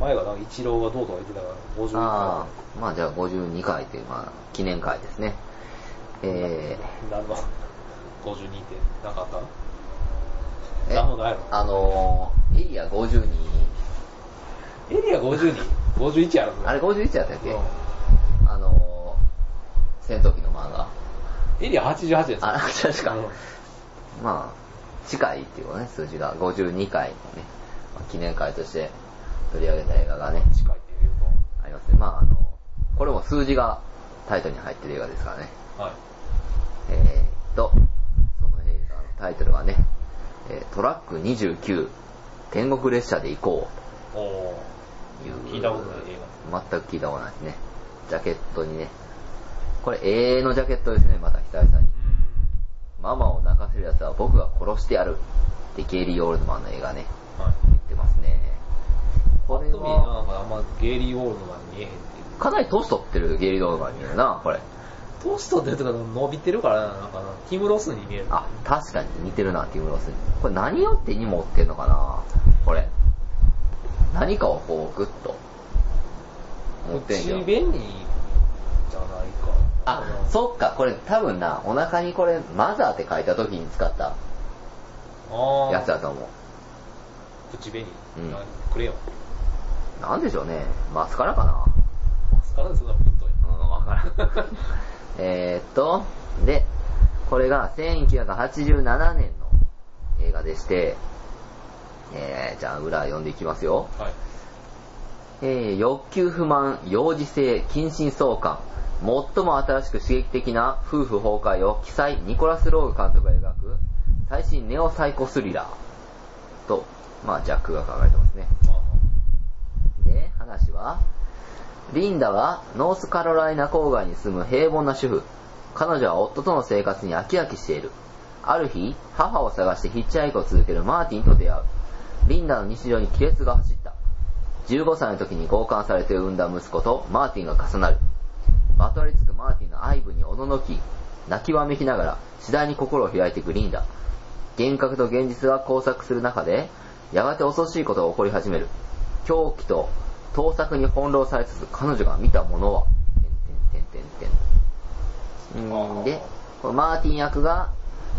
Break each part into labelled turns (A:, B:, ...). A: 前がなんか一郎がどうとか言ってたから、50回
B: ああ、まあじゃあ52回という、まあ、記念会ですね。え
A: 何の ?52 ってなかった
B: ー、え
A: なんもないの
B: あのー、エリア52、
A: エリア52、51やろ、そ
B: あれ51やったっけ、
A: う
B: あのー、戦闘機の漫画。
A: んエリア88です。
B: あ、確か
A: うん。
B: まあ、近いっていうかね、数字が52回のね、まあ記念会として取り上げた映画がね、
A: 近いっていう
B: ありますね。まあ、あの、これも数字がタイトルに入ってる映画ですからね。
A: と、はい。
B: えーっと、その映画のタイトルはね、えートラック29、天国列車で行こ
A: おお
B: うという。
A: 聞いたことない映
B: 全く聞いたことないですね。ジャケットにね、これ永遠のジャケットですね、また久々に。
A: う
B: ママを泣かせる奴は僕が殺してやる。ってゲイリー・オールドマンの映画ね、
A: ーん。はい。
B: 言ってますね。
A: パ
B: こ
A: ッ
B: れ
A: と見な
B: は、
A: んかあんまゲイリー・オールドマンに見えへんっていう。
B: かなり年取ってるゲイリー・オールドマンに見えるな、これ。
A: 年取ってるとか伸びてるからな、なんかな、ティム・ロスに見える。
B: あ、確かに似てるな、ティム・ロスに。これ何を手に持ってんのかなこれ。何かをこう、グッと。持ってん
A: 口
B: けど
A: 紅じゃないか。
B: あ、そっか、これ多分な、お腹にこれ、マザーって書いた時に使った
A: あー
B: やつだと思
A: 口紅。
B: うん
A: あクレヨン。
B: う。なんでしょうね。マスカラかな
A: マスカラでそんなぶっとい。
B: うん、わからん。 えーっと、で、これが1987年の映画でして、えー、じゃあ裏読んでいきますよ。
A: はい。
B: えー欲求不満、幼児性、近親相関、最も新しく刺激的な夫婦崩壊を記載ニコラス・ローグ監督が描く最新ネオサイコスリラーと、まあジャックが書かれてますね。
A: まあ
B: で、話は、リンダはノースカロライナ郊外に住む平凡な主婦。彼女は夫との生活に飽き飽きしている。ある日、母を探してヒッチハイクを続けるマーティンと出会う。リンダの日常に亀裂が走った。15歳の時に強姦されて産んだ息子とマーティンが重なる。まとわりつくマーティンの愛部におののき、泣きわめきながら次第に心を開いていくリンダ。幻覚と現実が交錯する中で、やがて恐ろしいことが起こり始める。狂気と盗作に翻弄されつつ彼女が見たものは、てんてんてんてんてん。うーんで、このマーティン役が、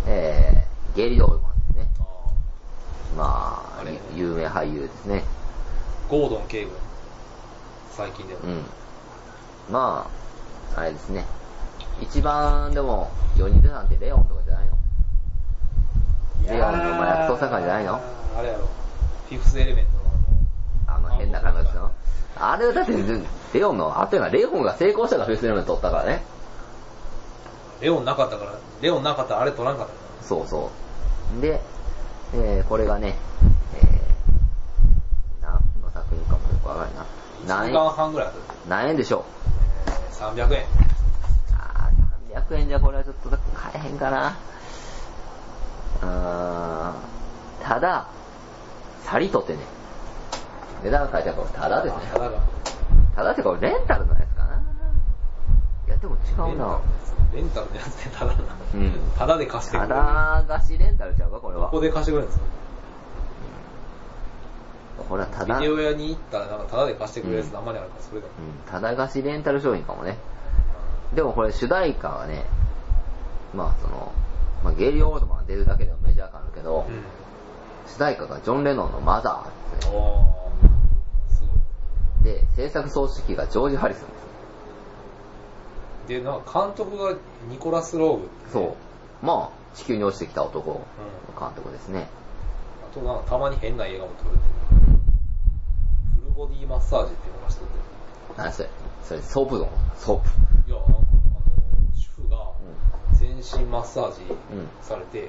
B: えー、ゲイリー・オールマンですね。
A: まあ
B: ま
A: あ
B: あ
A: れ、
B: ゆ有名俳優ですね。
A: ゴードン警部最近では、
B: うん。まあ、あれですね。一番でも、4人出なんてレオンとかじゃないのレオンの麻薬捜査官じゃないの
A: あれやろフィフスエレメントの
B: あの変な彼女
A: あそう
B: の。あれはだって、レオンの、あとがレオンが成功したからフェスレムで撮ったからね。
A: レオンなかったからレオンなかったらあれ取らんかったか
B: そうそう。で、えー、これがね、えー、何の作品かもよくわから
A: ら
B: な
A: 1
B: い
A: 時間
B: な。何円、
A: 半ぐらいだっ
B: 何円でしょう
A: た、えー、300円
B: あー、300円じゃこれはちょっと買えへんかな。うーん、ただ、さりとってね、値段が書いてあるからこれただですね。
A: ただが
B: ただってこれレンタルのやつかな。いや、でも違うな。
A: レンタルのやつレンタルのやつでただな、
B: うん
A: ただで貸してく
B: た
A: れる
B: だ貸しレンタルちゃうか、これ
A: こ
B: は。
A: こで貸してくれるんですか
B: これはただ、
A: ビ
B: う
A: デオ
B: ん、
A: 屋に行ったらなんかただで貸してくれるやつ
B: うん
A: あんまりあるからそれだ、
B: ただ貸しレンタル商品かもね。でもこれ主題歌はね、まあその、まあ、ゲイリー・オールドマン出るだけでもメジャー感あるけど、
A: う
B: 主題歌がジョン・レノンのマザーです
A: ん
B: ね。
A: おーす
B: で、制作総指揮がジョージ・ハリソンです。
A: ごいでなんか監督がニコラス・ローグってね
B: そう。まあ、地球に落ちてきた男の監督ですね。
A: あとなんかたまに変な映画も撮れてる。フルボディマッサージっていうのがしとって
B: 何それそれ、ソープのソープ。
A: る。いや、なんか、あの、主婦が全身マッサージ
B: うん
A: されて
B: うん。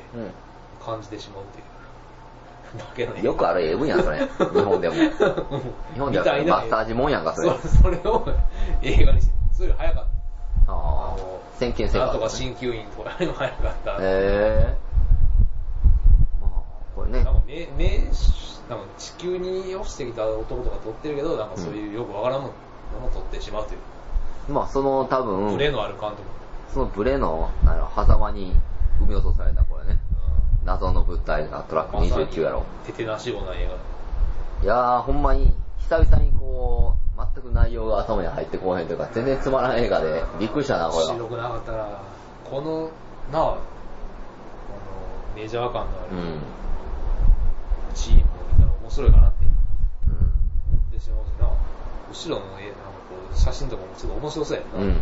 A: 感じてしまうっていう。だけのね
B: よくある AV や ん、それ。日本でも。日本では
A: みたいな
B: マッサージもんやんかそれ
A: そそれを映画にして、それより早かった。
B: ああ
A: の、
B: 先見性
A: な
B: が
A: ん
B: あ
A: と
B: る
A: か鍼灸院とかああいうの早かった。
B: へえ。まあ、これね
A: な。んか名、名、なんか地球に落ちてきた男とか撮ってるけど、なんかそういうよくわからんのも撮ってしまうという。
B: まあ、その多
A: ブレ
B: 分、
A: のある監督。
B: そのブレの、あの、狭間に埋め落とされた、これね。謎の物体がトラック29やろ。
A: 手てなしような映
B: いやー、ほんまに、久々にこ内容が頭に入ってこへんというか、全然つまらん映画で、びっくりしたな、これは。
A: 白くなかったら、この、なあ、あのメジャー感のあ
B: うん。う
A: る
B: ん。
A: チームを見たら面白いかなって思ってしまうしな、後ろの絵、なんかこう、写真とかもちょっと面白そうやな。
B: うん。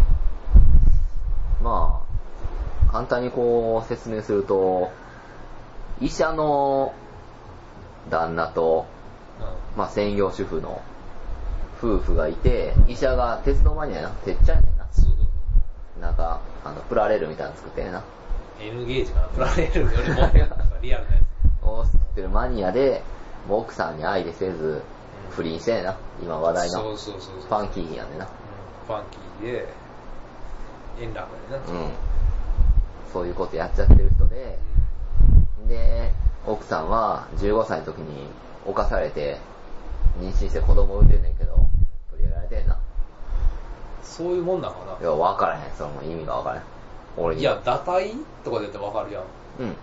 B: まあ、簡単にこう説明すると、医者の旦那と、
A: う
B: まあ専業主婦の夫婦がいて、医者が鉄道マニアやな、てっちゃんやねんな。
A: ん。そうそうそう。
B: なんか、あの、プラレールみたいなの作ってんねんな。
A: N ゲージかな、プラレールよりも、なんかリアルなやつ。
B: を作ってるマニアで、もう奥さんに愛でせず、不倫してんねんな。今話題
A: そ
B: の
A: う。そうそうそう。
B: パンキーやねんな。
A: うんファンキーで、円楽やねんな。
B: うん。そういうことやっちゃってる人で、で、奥さんは15歳の時に犯されて、妊娠して子供産んでんねんけど、取り上げられてんな。
A: そういうもんなんか
B: いや、わからへん。それも意味がわからへん。俺
A: な。
B: に。
A: いや、堕胎とかでってわかるやん。
B: うん。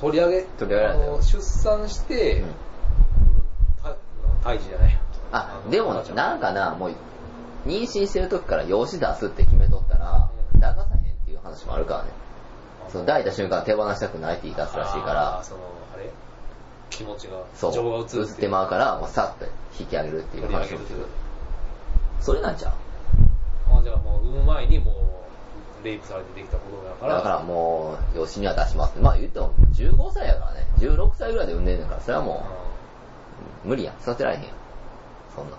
A: 取り上げ、
B: 取り上げられたよ
A: あの出産して、
B: うん
A: た胎児じゃないや
B: あ、でも
A: 赤ちゃ、ん
B: なんかな、もう、妊娠してる時から養子出すって決めとったら、
A: うん
B: 流さへんっていう話もあるからね。その抱いた瞬間手放したくないって言い出すらしいか
A: あー
B: ら、
A: その、あれ気持ちが、
B: そう、
A: 情が移
B: 移ってまうから、もうさっと引き上げるっていう話をする。それなんちゃう
A: あじゃあもう、産む前にもう、レイプされてできた子供だから、
B: だからもう、養子には出します。まあ言っても、15歳やからね。16歳ぐらいで産んでんねんから、それはも
A: う
B: う、無理やん。育てられへんやん。そんなん。
A: ん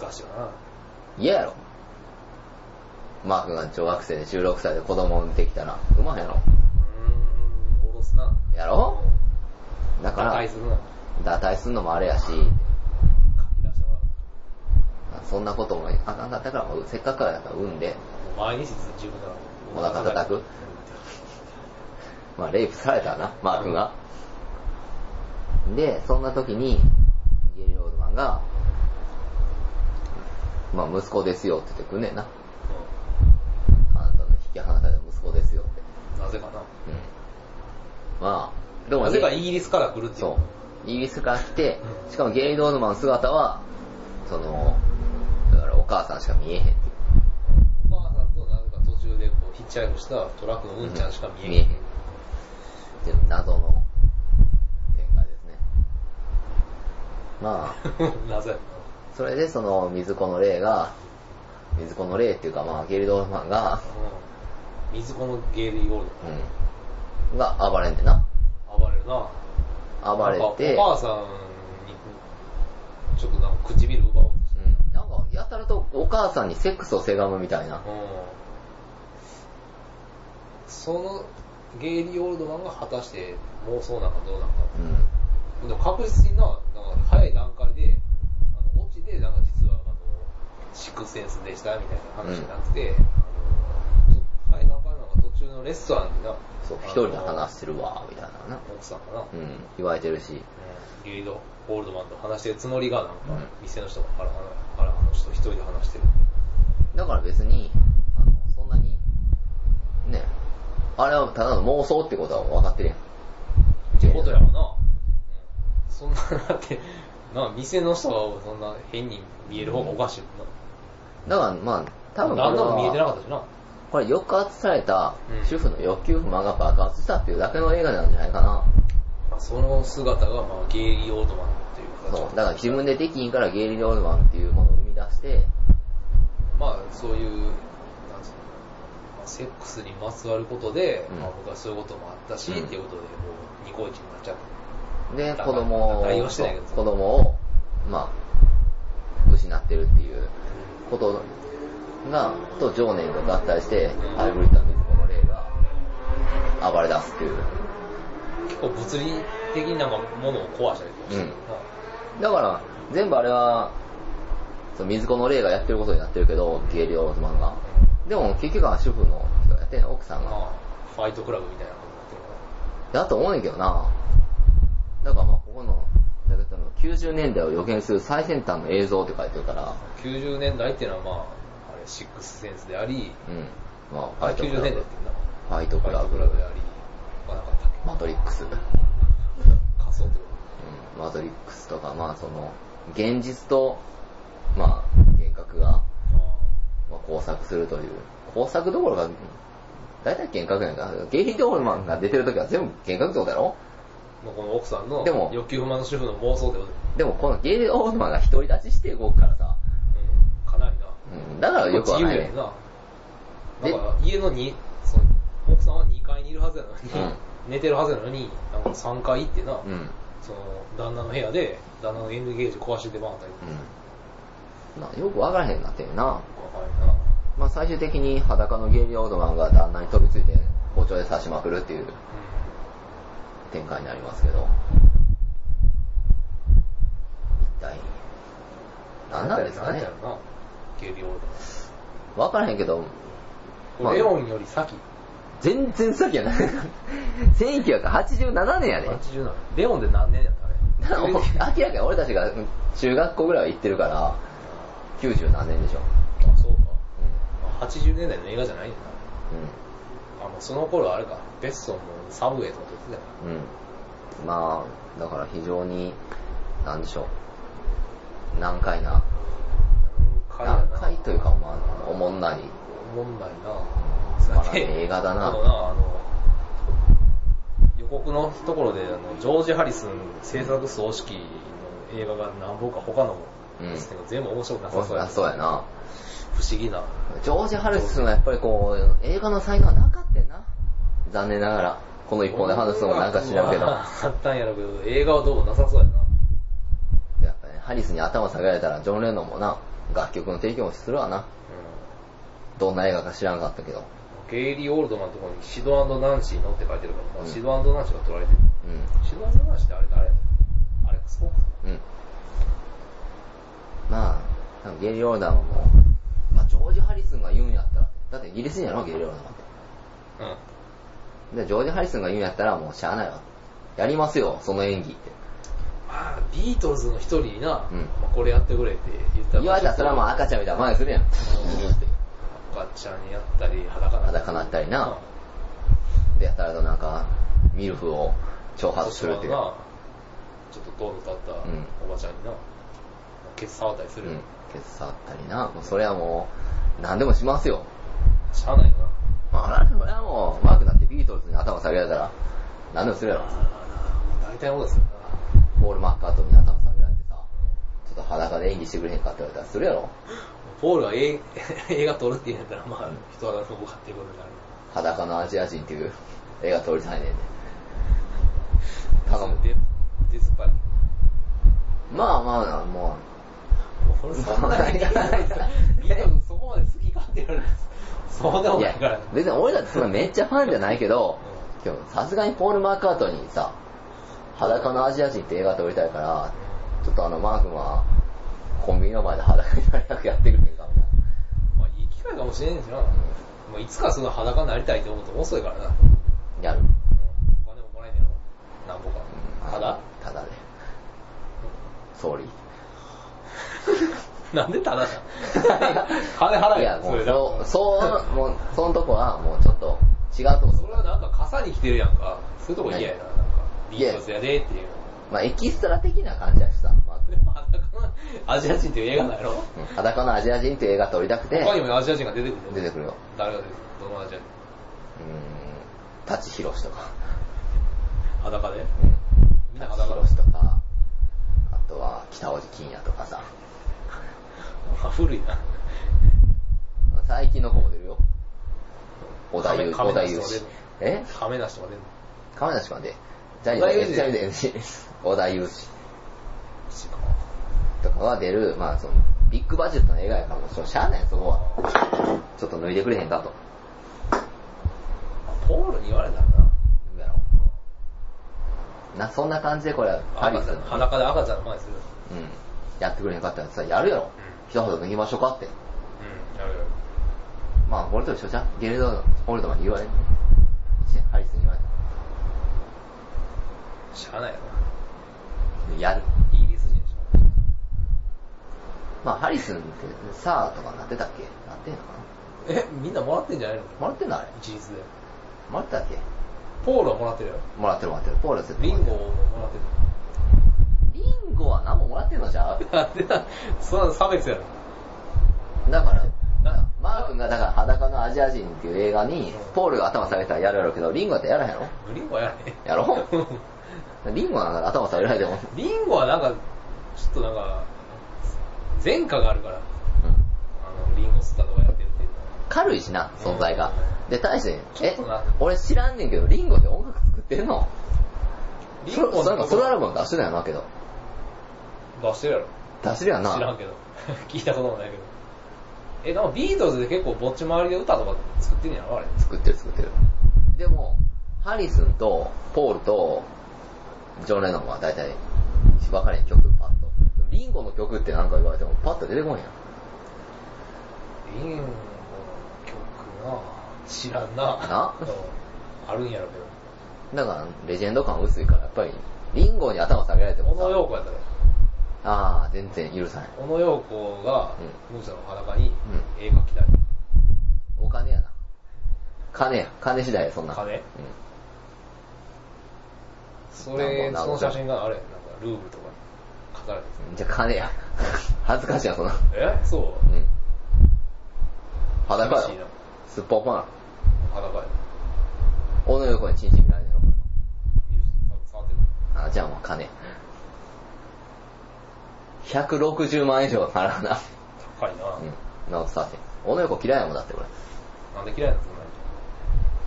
A: 難しいよな。
B: 嫌やろ。マークが小学生で16歳で子供産んできたら、産まへんやろ。
A: うーん、おろすな。
B: やろだか
A: 高
B: ら
A: い、するな。
B: 脱退すんのもあれやし、
A: 書き出してもらう。
B: そんなこともあかんかったから、もうせっかくやから産んで、
A: もう毎日自分が
B: お腹叩く
A: うん
B: まあ、レイプされたな、マー君が。で、そんな時に、ゲリオールマンが、まあ、息子ですよって言ってくんねんな。あなたの引き離された息子ですよって。
A: なぜかな。
B: うん。まあ、でも
A: なぜかイギリスから来るっていう。
B: そう。イギリスから来て、
A: うん
B: しかもゲイドールマンの姿は、その、だからお母さんしか見えへんっていう。
A: お母さんとなぜか途中でこうヒッチハイクしたトラックのうんちゃんしか見えない。
B: うんっていう謎の展開ですね。ま あ、
A: なぜ
B: それでその水子の霊が、水子の霊っていうかまあゲルドルフマンが、
A: うん。水子のゲイリーゴール
B: うん、が暴れんでな。
A: ド。暴れるな。
B: 暴れて、
A: なんかお母さんに、ちょっとなんか唇奪おうとして。
B: うん、なんかやたらとお母さんにセックスをせがむみたい
A: う
B: な。
A: ん。そのゲイリー・オールドマンが果たして妄想なんかどうなんか
B: うん。
A: でも確実にな、なんか早い段階で、あの、オチで、なんか実は、あの、シックスセンスでしたみたいな話じゃなくて、あのちょっと早い段階のなんか途中のレストランでな、
B: そう、
A: あの
B: 一人で話してるわ、みたいなな。
A: 奥さんかな、
B: う
A: うん
B: ん、言われてるし。
A: ゲイド・オールドマンと話してるつもりが、なんか
B: うん、
A: 店の人が、あら、あら、あの人一人で話してる。
B: だから別に、あの、そんなに、ね、あれはただの妄想ってことは分かってるやん。
A: ってことやわな、うんそんな、だって、な、店の人がそんな変に見える方がおかしいもんな。
B: だからまあ、多分これ
A: 何度も見えてな
B: は、
A: かったしな。
B: これ抑圧された主婦の欲求不満が爆発したっていうだけの映画なんじゃないかな。
A: まあその姿が、まあ、ゲイリー・オートマンっていう形
B: そう。だから自分でできひんからゲイリー・ロールマンっていうものを生み出して、
A: まあ、そういう、なんつうの、まあ、セックスにまつわることで、
B: うん
A: まあ、僕はそういうこともあったし、
B: うん
A: っていうことで、もう、ニコイチになっちゃった。
B: で
A: だ、から
B: 子供
A: 対
B: を、
A: 応して
B: そ
A: ないけ
B: う
A: ど
B: 子供を、まあ、失ってるっていうことが、と情念が合体して、ハイブリッドの水子の霊が暴れ出すっていう。
A: 結構物理的になんか物を壊したりとかしてるな、
B: だから、全部あれは、その水子の霊がやってることになってるけど、ゲイリー・ローズマンが。でも結局は主婦の人がやってんの奥さん
A: ま
B: が。
A: あ、ファイトクラブみたいなことになってるか
B: だと思うねんけどな。だからまあここの、だけど90年代を予見する最先端の映像って書いてるから、
A: ら、90年代っていうのは、まあ、あれ、シックスセンスであり、
B: うん。まあ
A: あ
B: ファイトク
A: 90
B: ラ
A: 年代ってい
B: ブ。
A: うな。
B: ファイトク
A: フ
B: ラ
A: ァイトク
B: ブ
A: ラブ。であり、まあ、なかったっ
B: マトリックス。うん。
A: け仮想ってこ
B: マトリックスとか、まあその、現実と、まあ、幻人格が、
A: あ
B: まあ、工作するという。工作どころか、大体幻覚やんか。ゲイリー・ドールマンが出てる時は全部幻覚ってことやろ
A: ーのこの奥さんの
B: でも
A: 欲求不満の主婦の妄想ってことで、
B: でもこのゲイリー・ドールマンが独り立ちして動くからさ、
A: うん、かなりな。
B: うん、だからよくはない
A: 自由。
B: ね
A: や
B: で
A: んな。だから家のに、その奥さんは2階にいるはずやのに、
B: うん
A: 寝てるはずやのに、なんか3階行ってな、
B: うん。うん。
A: その旦那の部屋で、旦那の N ゲージ壊して出番あったりとか、
B: まあよくわからへんなってるな。
A: わかるな。
B: まあ最終的に裸のゲイリー・オールマンが旦那に飛びついて包丁で刺しまくるっていう展開になりますけど。一体、何なんですか
A: なん
B: ね
A: やろな、ゲイリー・オール
B: わからへんけど、
A: マン。レオンより先、
B: 全然先やない。1987年やで。
A: 80なの。レオンで何年やったあれ。
B: 明らかに俺たちがうん中学校ぐらいは行ってるから、90何年でしょ。
A: あ、そうか。
B: うん
A: 80年代の映画じゃないんだな。
B: う
A: あ、もうその頃あれか、ベッソンもサブウェイとか出てたよ
B: ん。うん。まあ、だから非常に、なんでしょう。難解な。
A: な。
B: 難解というか、まあ、おもんない。
A: おもんない
B: つま
A: な
B: らない映画だな
A: そうな、あの、予告のところで、あの、ジョージ・ハリスン制作葬式の映画が何本か他のも、
B: うん
A: 全部面白くなさそうや
B: あそうやな。
A: 不思議な。
B: ジョージ・ハリスンはやっぱりこう、映画の才能はなかったよな。残念ながら。この一本で話すのもなんか知らんけど。
A: あったんやろうけど、映画はどうもなさそうやな。
B: やっぱね、ハリスに頭下げられたら、ジョン・レノンもな、楽曲の提供もするわな。どんな映画か知らんかったけど。
A: うんゲイリー・オールドマンのところにシドナンシーのって書いてるから、もう
B: うん
A: シドナンシーが取られてる。
B: う
A: シドナンシーってあれ誰やったアレックス・フォークス
B: ん。うん。まあ、ゲイリー・オールダーももう、まあ、ジョージ・ハリスンが言うんやったら、だってイギリス人やろ、ゲイリー・オールダーって。
A: うん。
B: で、ジョージ・ハリスンが言うんやったら、もうしゃあないわ。やりますよ、その演技って。
A: まあ、ビートルズの一人にな、
B: うん
A: まあこれやってくれって言った
B: 言われたら、それはもう赤ちゃんみたいな前するやん。って
A: 赤ちゃんにやったり、裸な
B: 裸なったりな。で、やたらとなんか、ミルフを挑
A: うん
B: 発するっていう
A: そ。のちょっと道路立った
B: ん
A: おばちゃんにな、ケツ触ったりす
B: う
A: る。
B: ん。ケツ触ったりな。もうそれはもう、何でもしますよ。
A: しゃあないよな。
B: まあ、それはもう、マークなんてビートルズに頭下げられたら、何でもするやろ。
A: まあ大体のことですよ
B: ポール・マッカートニーに頭下げられてさ、ちょっと裸で演技してくれへんかって言われたらするやろ。
A: な。ポールが映 映画撮るって言うんやったら、まあ、人肌の動かっていうことになる。
B: 裸のアジア人っていう映画撮りたいねんで。頼む。
A: デデスパイ。
B: まあまあな、も
A: 俺そんなに、ビートルズそこまで好きかって言われるそうでも
B: う。い
A: ないから
B: や。、別に俺だってそんなめっちゃファンじゃないけど、今日さすがにポール・マッカートニーにさ、裸のアジア人って映画撮りたいから、ちょっとあのマー君は、コンビニの前で裸になりたくやってくれへんかみたいな。
A: まあ、いい機会かもしれんじゃん。まあ、いつかその裸になりたいと思うと遅いからな。うん
B: やる。
A: お金ももらえんやろ。なんぼか。ただ
B: ただで。総理。
A: なんでただじゃん。 金払えよ
B: いや、もう、
A: れだ
B: そ
A: から
B: う、そう、もう、そのとこは、もうちょっと、違うとこ
A: それはなんか傘に来てるやんか。そういうとこ嫌やな。なんか、ビートルズやでっていう。
B: まあエキストラ的な感じやしさ、まあ
A: でも裸のアジア人っていう映画なんやろ。
B: うん裸のアジア人っていう映画撮りたくて、
A: 他にもアジア人が出てくる
B: 出
A: の
B: てくるよ。
A: 誰が出てくるどのアジア人
B: うーん、舘ひろしとか、
A: 裸でみんな
B: 舘ひ
A: 裸
B: ろしとか、あとは、北大路欣也とかさ、
A: あ古いな。
B: 最近の方も出るよ。小田
A: 亀
B: 裕、小田
A: 亀梨
B: 裕
A: とか出
B: 志
A: る。
B: え
A: 亀梨とか出んの
B: 亀梨君はで、ジャニーズ
A: 小
B: ジ
A: 田
B: ャニ
A: 裕
B: ーズ MC 小田裕
A: 違
B: 志。
A: う
B: とかが出る、まあその、ビッグバジェットの映画やからもう、そうしゃあないよそこは。ちょっと脱いでくれへんかと。
A: あポールに言われたらな。
B: 言うやろな、そんな感じでこれ、ハリスの
A: 裸で赤ちゃんの前にする。
B: うん。やってくれへんかったらさ、やるやろ。一肌脱ぎましょうかって。
A: うん、やるやる。
B: まあ、俺と一緒じゃん。ゲルド、オールドマンに言われる。一年ハリスに言われ
A: しゃあないや
B: た。やる。
A: ろ。イギリス人でしょ。
B: まあ、ハリスンって、さあとかなってたっけなってんのか
A: え、みんなもらってんじゃないの
B: なもらってんのあれ。
A: 一律で。
B: もらってたっけ
A: ポールはもらってるよ。
B: もらってるもらってる。ポールは絶対
A: リ
B: も
A: ン
B: らって
A: ゴも
B: る
A: もらってる。
B: リンゴは何ももらってんのじゃあ
A: なんでだ、そんな差別やろ。
B: だから、
A: な
B: マー君がだから裸のアジア人っていう映画に、ポールが頭下げたらやるやろうけど、リンゴやったらやらへんや
A: リンゴやね
B: やろ リンゴなんか頭下げられても。
A: リンゴはなんか、ちょっとなんか、前科があるから、あ
B: うん
A: の、リンゴ吸ったとかやってるっていうのは。
B: 軽いしな、存在が。で、大して、
A: ちょっ
B: え
A: とな、
B: 俺知らんねんけど、リンゴで音楽作ってんの
A: リ
B: そ
A: ンゴ
B: そなんかソロアルバム出
A: 出
B: してないなけど。
A: してるやろ。
B: 出してるやんな。
A: 知らんけど。 聞いたこともないけど。え、でもビートルズで結構ぼっち周りで歌とか作ってんねやろ、あれ。
B: 作ってる作ってる。でも、ハリスンと、ポールと、ジョン・レノンは大体、分かれへん曲、パッと。リンゴの曲ってなんか言われても、パッと出てこんやん。
A: リンゴの曲なぁ知らんなぁ
B: な
A: うんあるんやろけど。
B: だから、レジェンド感薄いから、やっぱり、リンゴに頭下げられても
A: 小野
B: さ、
A: 洋子やったら、
B: あー、全然許さない。
A: 小野洋子がムーちゃんの裸に
B: う
A: 絵描きたい。
B: お金やな。金や。金次第や、そんなん。
A: 金
B: うん。
A: それ、
B: な
A: そ
B: んぼ
A: の写真があれ、なんかルーブルとかに書かれて
B: じゃ、金や。 恥ずかしいや、そんなん。
A: る。えそうう。
B: ん。裸
A: 寂しい
B: や
A: な
B: ろ。すっぽんぽんやろ。
A: 裸や。
B: 小野横にチンチン見られんやろ、こ
A: 見るし、多分触ってる。
B: れはあ、じゃあもう金。160万円以上払うな。
A: 高いなぁ
B: うん。なおさて。小野横嫌いやもんだって、こ
A: なんで嫌いなんですか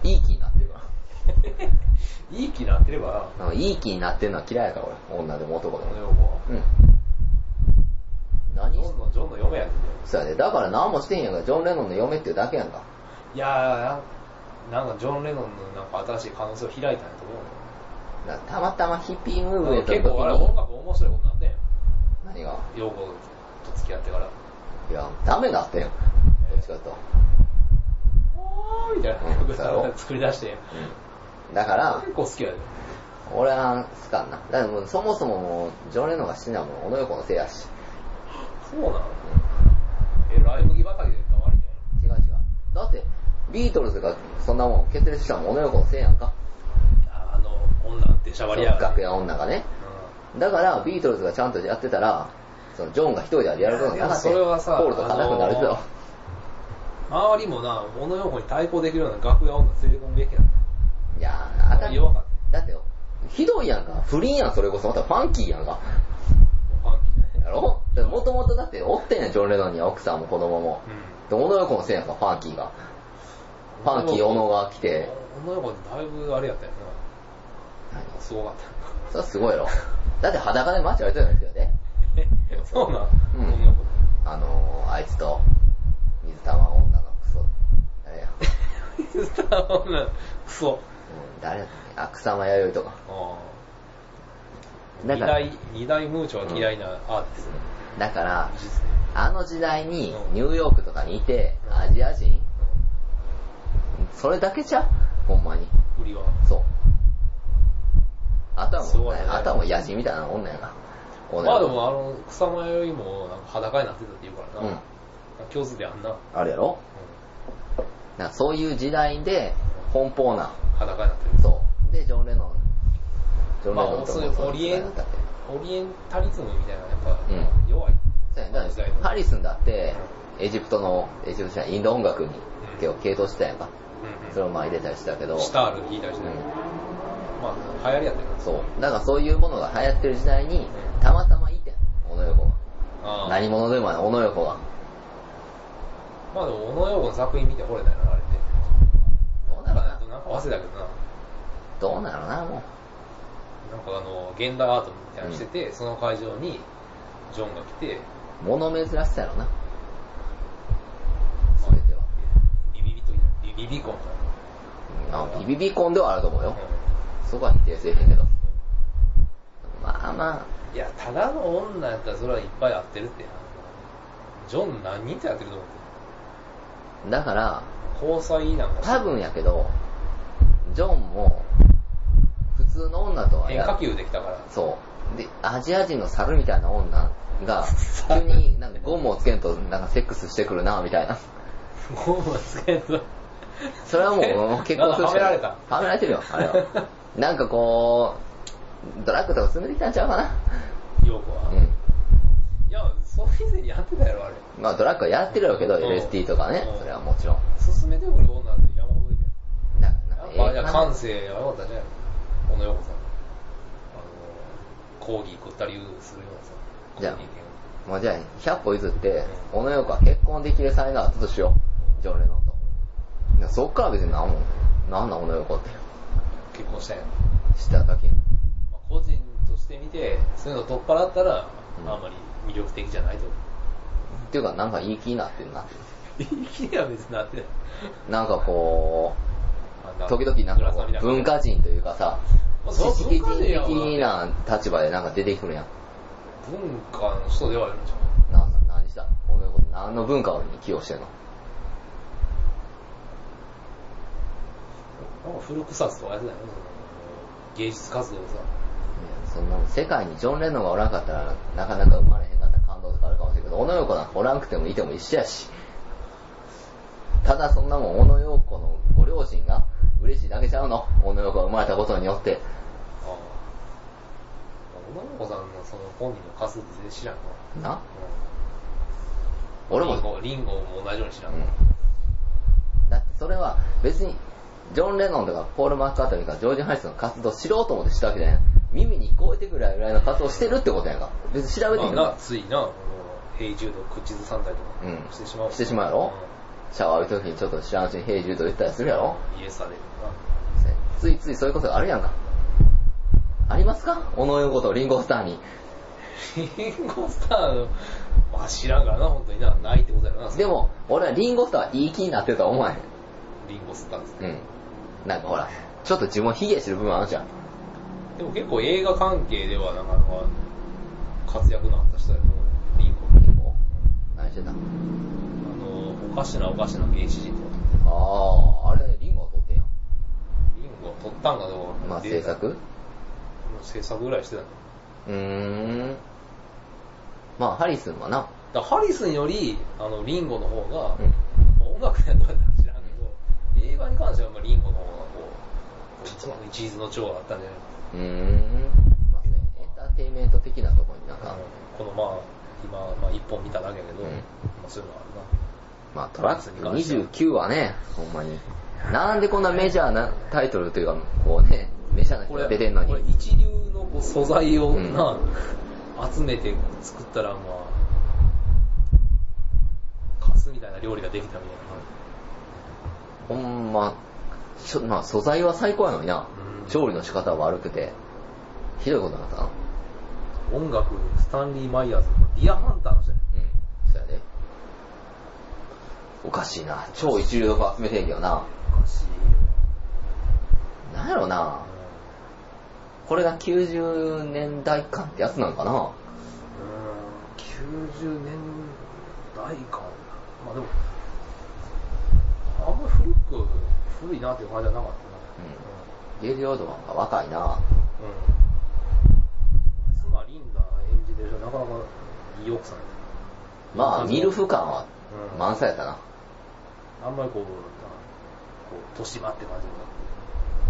B: れ。いい気になってるから。
A: ね いい気になってれば
B: あのいい気になってんのは嫌いやから、俺。女でも
A: な、
B: 男で
A: 小野
B: も。
A: 洋子は。
B: うん。
A: ジ
B: 何
A: ョンの、ジョンの嫁やんね。
B: そうやで。だから何もしてへんやんか。ジョン・レノンの嫁っていうだけやんか。
A: いやーなん、なんかジョン・レノンのなんか新しい可能性を開いたんやと思うよ。
B: だからたまたまヒッピームーブメントの
A: 結
B: 時
A: 構あれ音
B: に、
A: 楽面白いことになってんよ。
B: 何が
A: ヨーコと付き合ってから。
B: いや、ダメだったよ。どっちかと。
A: おーみたいな
B: うん
A: 曲
B: そうやろ
A: 作り出してんよ。
B: だから、
A: 結構好きやで。
B: 俺は好かんな。だからもうそもそももう、ジョン・レノンが死んだのもん、小野横のせいやし。
A: そうなのえ、ライ麦畑で変わりじ
B: 違う違う。だって、ビートルズがそんなもん、決裂したのも小野横のせいやんか。
A: ゃないああの、女ってしゃばりやがって
B: 楽屋女がね。
A: う
B: だから、ビートルズがちゃんとやってたら、そのジョンが一人でやることになかった
A: いやでもそれはさ
B: ポールと硬くなるけど、
A: あのーん周りもな、小野洋子に対抗できるような楽屋女連れ込むべきやん。
B: いやー、あた
A: 弱かっ
B: だってよ、ひどいやんか。不倫やん、それこそ。またファンキーやんか。
A: た。もうファンキーだね
B: やろもともとだっておってんやん、ジョン・レノンには奥さんも子供も。
A: う
B: で、小野横のせいやんか、ファンキーが。ファンキー小野が来て、
A: ん。小野洋子ってだいぶあれやったよ
B: 何
A: な。すごかった。
B: それはすごいやろ。だって裸で待ち歩いてたんですよね。
A: えそうなん
B: うん
A: 女の子。
B: あのー、あいつと、水玉女のクソ、誰や。うん
A: 水玉女、クソ。
B: 誰だったっけあ、草間弥生とか。
A: ああ。
B: だ
A: 二
B: から
A: 大、二大ムーチョは嫌いなアーティスト。
B: だから、
A: 技術ね
B: あの時代にニューヨークとかにいて、アジア人それだけじゃうほんまに。
A: うん売りは。
B: そう。あとは
A: そう
B: もう、
A: だね
B: あとはもう野人みたいな女やな。女
A: まあでもあの、草間よりもなんか裸になってたって言うからな。
B: うん
A: 共通であんな。うん
B: あれやろなんかそういう時代で、奔放な。
A: 裸になってる。
B: そう。で、ジョン・レノン。ジョン・
A: ま
B: レ
A: あ
B: ノンと
A: そう
B: も
A: いう
B: そ
A: オ
B: の時
A: リエ
B: 代
A: ン
B: だったって。
A: オリエンタリズムみたいなのやっ
B: う
A: ぱ弱い。
B: そうやんだから
A: 時代の
B: ハリスンだって、エジプトの、エジプトじゃないインド音楽に手を系統してたやんか。そ
A: うん
B: れをまあ入れたりしてたけ
A: う
B: ど、
A: ん。シタール弾いたりしてね。まあ流行りやったよな。
B: そう。だからそういうものが流行ってる時代に
A: う、ん
B: たまたまいてん、小野横
A: あ
B: が。
A: あ
B: 何者でもない、小野横が。
A: まあでも、小野洋子の作品見て惚れたよな、あれって。
B: どうな
A: なんか
B: るな
A: なんか忘れたけどな。
B: どうなるな、も
A: なんかあの、現代アートみたいなのしてて、その会場に、ジョンが来て、
B: う。物珍しさやろな。全ては。
A: ビビビとみたいな、ビビビコンみ
B: まあ、ビビビコンではあると思う
A: たい
B: よ
A: な。。
B: そこは否定せえへんけど。まあま
A: いや、ただの女やったらそれはいっぱい会ってるって。ジョン何人ってやってると思
B: あ、だから、
A: って。交際なんかして
B: 多分やけど、ジョンも、普通の女とは
A: 変
B: や
A: 化球できたから。
B: そう。で、アジア人の猿みたいな女が、急になんかゴムをつけんと、なんかセックスしてくるな、みたいな。
A: ゴムはつけんと。
B: それはもう結婚するしかない。
A: なんかはめられ
B: はめられてるよ、あれ は。なんかこう、ドラッグとか進めてきたんちゃうかな。
A: た、ヨーコは。
B: うん。
A: いや、それ以前にやってたやろ、あれ。
B: まあドラッグはやってるやろうけど、
A: うん
B: LSD とかね
A: う、ん
B: それはもちろん。
A: 進めてくる女って山ほどいた
B: なな
A: よ。
B: んかええ
A: やっぱ、じゃあ
B: 感
A: 感
B: じ
A: 性は良かったじゃん。小野洋子さん。あの、講義食ったりするようなさ。
B: じゃあ
A: コーギー
B: もうじゃあ、100歩譲って、小野洋子は結婚できる才能あったとしよう。常連のと。いやそっから別に何も、なんなん小野洋子って。
A: 系結婚したんやん。
B: 知っただけ。
A: まあ、個人として見て、そういうの取っ払ったら、
B: うん
A: あんまり魅力的じゃ ないと。
B: っていうか、なんかいい気になってるな。
A: いきには別になってない。
B: なんかこ
A: あ
B: う、時々なんかこ
A: 村上だ
B: う文化人というかさ、
A: まあ
B: 知
A: そう
B: 識
A: 文化
B: 人
A: 人やもん
B: 的な立場でなんか出てくるやん。
A: 文化の人ではあるんじゃん。
B: な、何した小野洋子って何の文化に寄与してんの
A: なんか古臭さとかやってないの芸術活動でさ。
B: いやそんなもん世界にジョン・レノンがおらんかったら、なかなか生まれへんかった感動とかあるかもしれんけど、小野洋子なんかおらんくてもいても一緒やし。ただそんなもん、小野洋子のご両親が嬉しいだけちゃうの小野洋子が生まれたことによって。
A: ああ。女の子さんのその本人の数って全然知らんの。
B: な
A: うん
B: 俺
A: リン
B: も、
A: ゴ、リンゴも同じように知らんの。
B: うんだってそれは別に、ジョン・レノンとかポール・マッカートニーとかジョージ・ハリスの活動知ろうと思ってしたわけじゃない。耳に聞こえてくるぐらいの活動してるってことやんか。別に調べてみる
A: まあ
B: か
A: な、ついな、もう、平重度、口ずさんだりと
B: うん
A: かしてしまう。
B: してしまうやろシャワー浴びた時にちょっと知らんうちに平重と言ったりするやろ
A: うんイエスされるな。
B: ついついそういうことがあるやんか。ありますか小野横とリンゴスターに。
A: リンゴスターの、まあ知らんからな、本当にな。ないってことやろな。
B: で、も、俺はリンゴスターはいい気になってるとは思わへん。
A: リンゴスターです
B: うん。なんかほら、ちょっと自分を卑下してる部分あるじゃん。
A: でも結構映画関係ではなかなか活躍のあった人だと思うリンゴ。
B: リンゴ何してた
A: あの、おかしなおかしな原始人とか。
B: あー、あれリンゴを取ってんやん。
A: リンゴを取ったんかどうか。
B: まあ制作
A: 制作ぐらいしてたの。
B: うーん。まあハリスンはな。
A: だからハリスンより、あの、リンゴの方が、
B: うん
A: まあ音楽やどうやったか知らんけど、映画に関してはまあリンゴの方がこう、実は一律の長があったんじゃないか
B: うーん。まあそうやねエンターテインメント的なところになんか、
A: このまあ、今、まあ一本見ただけやけど、
B: うん
A: まあそういうのはあ
B: まあトラック29はね、ほんまに。なんでこんなメジャーなタイトルというか、こうね、メジャーな
A: るな。
B: 人
A: これ、
B: が出てんのに
A: これ。一流のこう素材を
B: うん
A: な、集めて作ったらまあ、カスみたいな料理ができたみた
B: ほんま、しょまあ素材は最高やのにな
A: う。ん
B: 調理の仕方は悪くて、ひどいことになったな。
A: いな。音楽、スタンリー・マイヤーズ、ディアハンターの人や
B: うん。そうやね。おかしいな。超一流の子集めてんけどな。
A: おかしいよ。
B: なんやろな。これが90年代感ってやつなんかな。
A: うん、90年代か。まあでも、あんまり古く、古いなっていう感じはなかったな。
B: うんゲイリオードマンが若いな。
A: うん。妻、リンダ演じてる人、なかなかいい奥さんや
B: まあ、ミルフ感は
A: うん
B: 満載やったな。
A: なあんまりこう、なんかこう、年ばって感じ